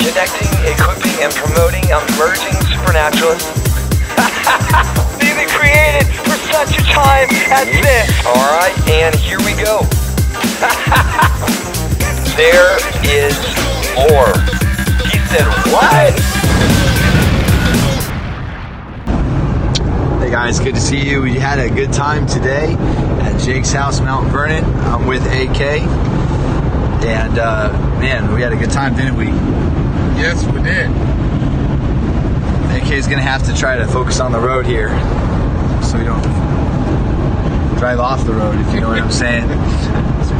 protecting, equipping, and promoting emerging supernaturalists. Being created for such a time as this. All right, and here we go. there is more. He said, "What?" Hey guys, good to see you. We had a good time today at Jake's house, Mount Vernon. I'm with AK, and uh, man, we had a good time, didn't we? Yes, we did. AK is gonna have to try to focus on the road here, so we don't drive off the road. If you know what I'm saying.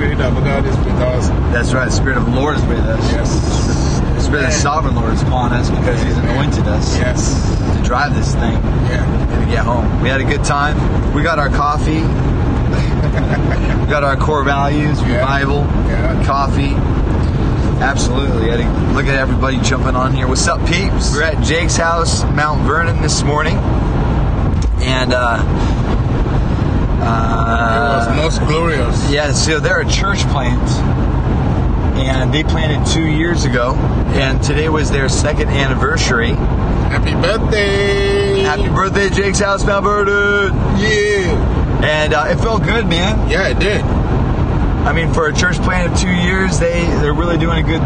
Spirit of God is with us. That's right. The Spirit of the Lord is with us. Yes. The Spirit of the Sovereign Lord is upon us because He's anointed us Yes. to drive this thing. Yeah. and to get home. We had a good time. We got our coffee. we got our core values, Yeah. Bible, Yeah. coffee. Absolutely. I think- look at everybody jumping on here. What's up, peeps? We're at Jake's house, Mount Vernon, this morning, and uh, uh, it was most glorious. yeah, so they're a church plant, and they planted two years ago, and today was their second anniversary. Happy birthday. Happy birthday, Jake's house, Mount Vernon! Yeah. and uh, it felt good, man. Yeah, it did. I mean, for a church plant of two years, they they're really doing a good,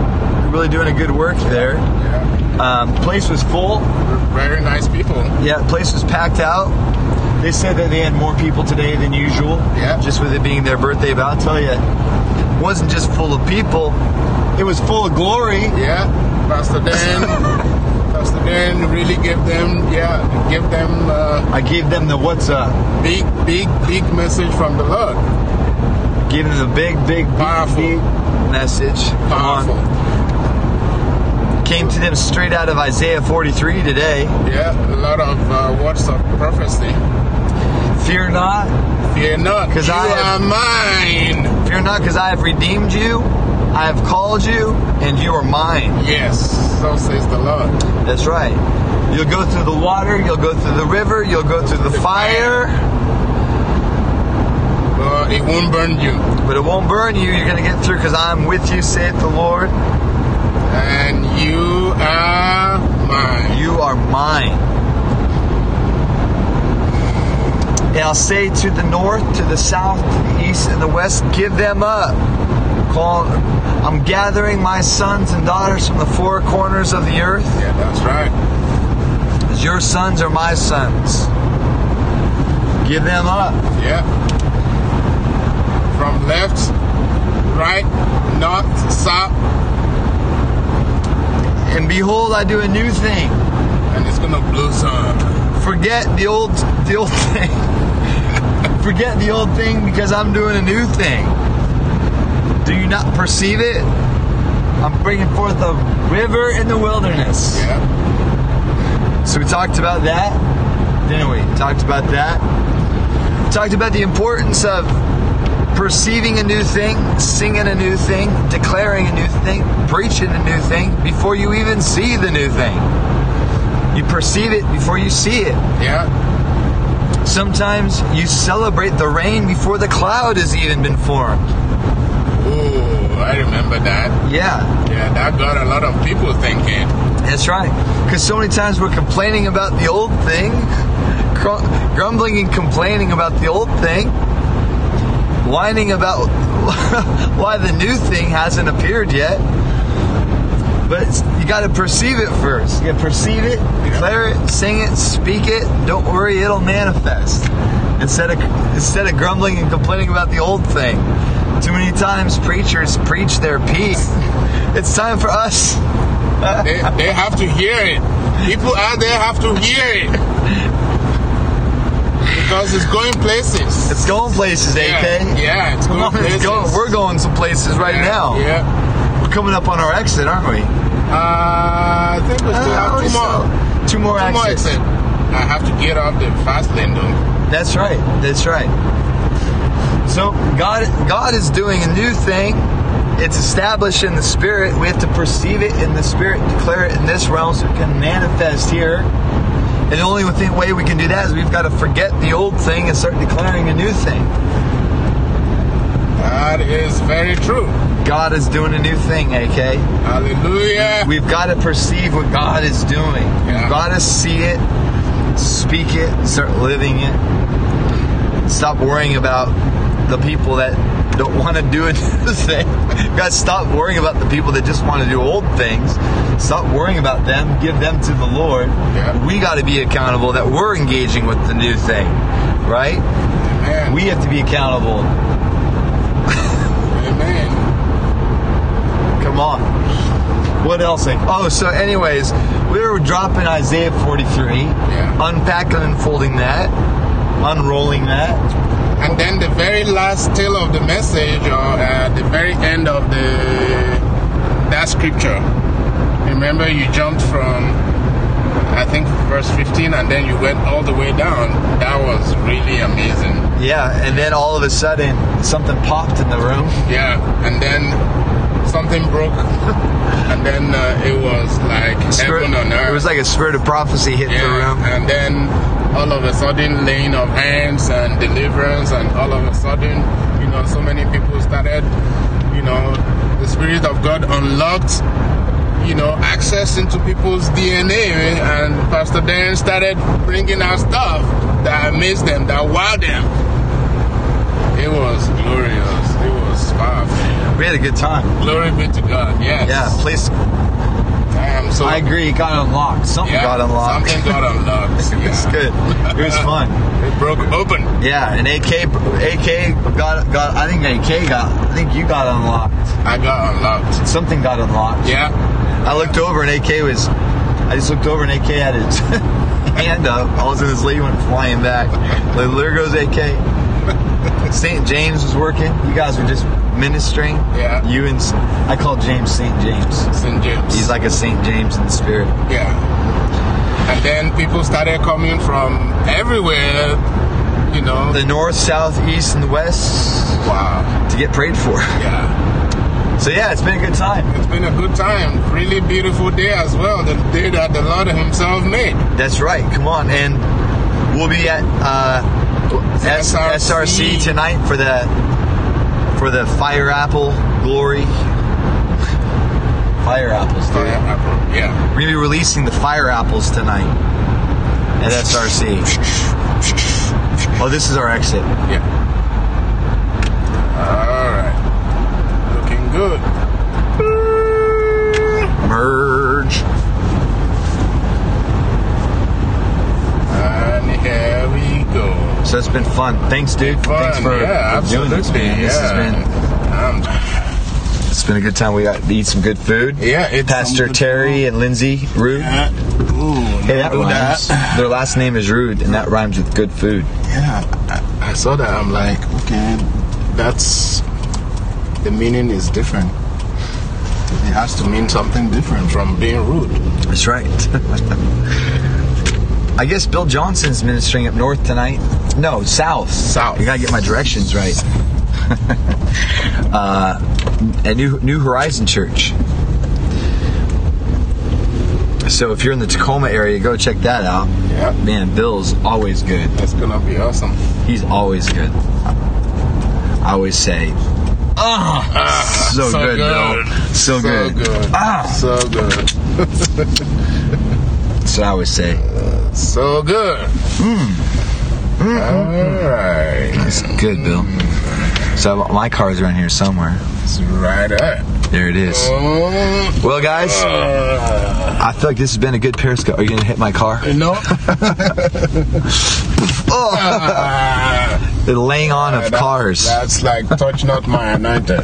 really doing a good work there. Yeah. Um, place was full. Very nice people. Yeah, place was packed out. They said that they had more people today than usual. Yeah. just with it being their birthday, but I'll tell you, it wasn't just full of people. It was full of glory. Yeah. Pastor Dan. Pastor Dan really gave them, yeah, give them uh, I gave them the what's up. big, big, big message from the Lord. Gave them the big, big, big, Powerful. big message. Come on. Powerful. Came to them straight out of Isaiah 43 today. Yeah. A lot of uh, words of prophecy. Fear not, Fear not. 'Cause you I have- are mine. Fear not, because I have redeemed you, I have called you, and you are mine. Yes, so says the Lord. That's right. You'll go through the water, you'll go through the river, you'll go through the fire, But it won't burn you. but it won't burn you. You're going to get through because I'm with you, saith the Lord. And you are mine. You are mine. And I'll say to the north, to the south, to the east, and the west, give them up. Call, I'm gathering my sons and daughters from the four corners of the earth. Yeah, that's right. As your sons are my sons. Give them up. Yeah. From left, right, north, south, And behold, I do a new thing. and it's gonna blossom. Forget the old the old thing. Forget the old thing because I'm doing a new thing. Do you not perceive it? I'm bringing forth a river in the wilderness. Yeah. So we talked about that, didn't we? Talked about that. Talked about the importance of perceiving a new thing, singing a new thing, declaring a new thing, preaching a new thing before you even see the new thing. You perceive it before you see it. Yeah. Sometimes you celebrate the rain before the cloud has even been formed. Ooh, Oh, I remember that. Yeah, Yeah, that got a lot of people thinking. That's right. Because so many times we're complaining about the old thing, gr- grumbling and complaining about the old thing, whining about why the new thing hasn't appeared yet. But it's- you got to perceive it first. You got to perceive it, declare it, sing it, speak it. Don't worry, it'll manifest. Instead of instead of grumbling and complaining about the old thing, too many times preachers preach their peace. It's time for us. They, they have to hear it. People out there have to hear it. Because it's going places. It's going places, Yeah, AK. yeah it's Come going on, places. it's going. We're going some places right Yeah, now. Yeah. We're coming up on our exit, aren't we? Uh, I think we still have two more. Two more Two more exits. exit. I have to get off the fast lane though. That's right. That's right. So God, God is doing a new thing. It's established in the spirit. We have to perceive it in the spirit, declare it in this realm, so it can manifest here. And the only thing- way we can do that is we've got to forget the old thing and start declaring a new thing. That is very true. God is doing a new thing, AK. Hallelujah. We've got to perceive what God is doing. Yeah. We've got to see it, speak it, and start living it. Stop worrying about the people that don't want to do a new thing. We've got to stop worrying about the people that just want to do old things. Stop worrying about them. Give them to the Lord. Yeah. We got to be accountable that we're engaging with the new thing, right? Amen. We have to be accountable. Amen. Come on. What else? Oh, so anyways, we were dropping Isaiah 43, Yeah. unpacking and unfolding that, unrolling that. And then the very last tale of the message, or at the very end of the that scripture. Remember, you jumped from I think verse 15, and then you went all the way down. That was really amazing. Yeah, and then all of a sudden, something popped in the room. Yeah, and then something broke, and then uh, it was like Spirit- heaven on earth. it was like a spirit of prophecy hit the yeah, room. and then all of a sudden, laying of hands and deliverance, and all of a sudden, you know, so many people started, you know, the spirit of God unlocked. You know, access into people's DNA, and Pastor Darren started bringing out stuff that amazed them, that wowed them. It was glorious. It was powerful. We had a good time. Glory be to God. Yes. Yeah, please. I am so. I agree. It got unlocked. Something Yeah, got unlocked. Something got unlocked. Yeah. it's good. It was fun. It broke open. Yeah, and AK, AK got got. I think AK got. I think you got unlocked. I got unlocked. Something got unlocked. Yeah. I looked over and AK was. I just looked over and AK had his hand up. All of a sudden, this lady went flying back. Like, there goes AK. St. James was working. You guys were just ministering. Yeah. You and I call James St. James. St. James. He's like a St. James in the spirit. yeah. And then people started coming from everywhere. You know. The north, south, east, and west wow. to get prayed for. Yeah. So yeah, it's been a good time. It's been a good time. Really beautiful day as well. The day that the Lord Himself made. That's right. Come on, and we'll be at uh, S- SRC. SRC tonight for the for the Fire Apple Glory. Fire apples. Fire Dude. apple. Yeah. We're gonna be releasing the Fire Apples tonight at SRC. Oh, this is our exit. Yeah. All right. Looking good. Merge. And here we go. So it's been fun. Thanks, dude. Fun. Thanks for yeah, for doing absolutely. this, man. Yeah. This has been Um, it's been a good time. We got to eat some good food. yeah, it's Pastor some good Terry and Lindsay Rude. Uh, ooh, Hey, that do rhymes. that. Their last name is Rude, and that rhymes with good food. Yeah, I, I saw that. I'm like, okay, that's the meaning is different. It has to mean something different from being rude. That's right. I guess Bill Johnson's ministering up north tonight. No, south. South. You gotta get my directions right. uh, at New New Horizon Church. So if you're in the Tacoma area, go check that out. Yeah. Man, Bill's always good. That's gonna be awesome. He's always good. I always say, ah, so, good, Bill. So, good. Ah, So good. so I always say, So good. Hmm. All right. it's good, Bill. So I- my car's around here somewhere. It's right up. There it is. Oh. Well, guys, Uh, I feel like this has been a good periscope. Are you gonna hit my car? no. Oh. The laying on of That's- cars. That's like touch not my anointed.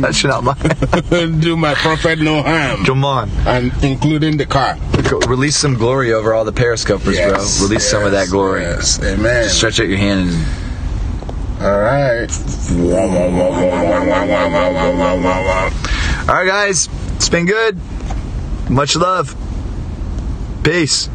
Touching out my. Do my prophet no harm. Come on. And including the car. Go- Release some glory over all the periscopers, bro. Release some of that yes, glory. Yes. Amen. Stretch out your hand and All right. Wah, wah, wah, wah, wah, wah, wah, wah, wah, wah, wah, wah. All right, guys, it's been good. Much love. Peace.